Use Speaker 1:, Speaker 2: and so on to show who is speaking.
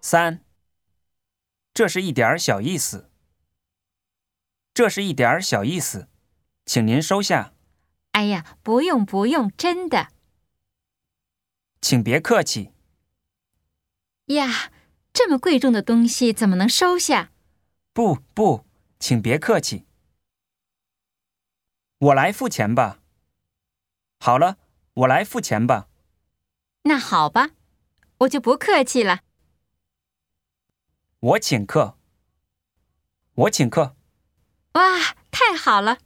Speaker 1: 三，这是一点儿小意思。这是一点儿小意思，请您收下，
Speaker 2: 哎呀，不用不用，真的
Speaker 1: 请别客气。
Speaker 2: 呀，这么贵重的东西怎么能收下？
Speaker 1: 不不，请别客气。我来付钱吧。好了，我来付钱吧。
Speaker 2: 那好吧，我就不客气了。
Speaker 1: 我请客。我请客。
Speaker 2: 哇，太好了！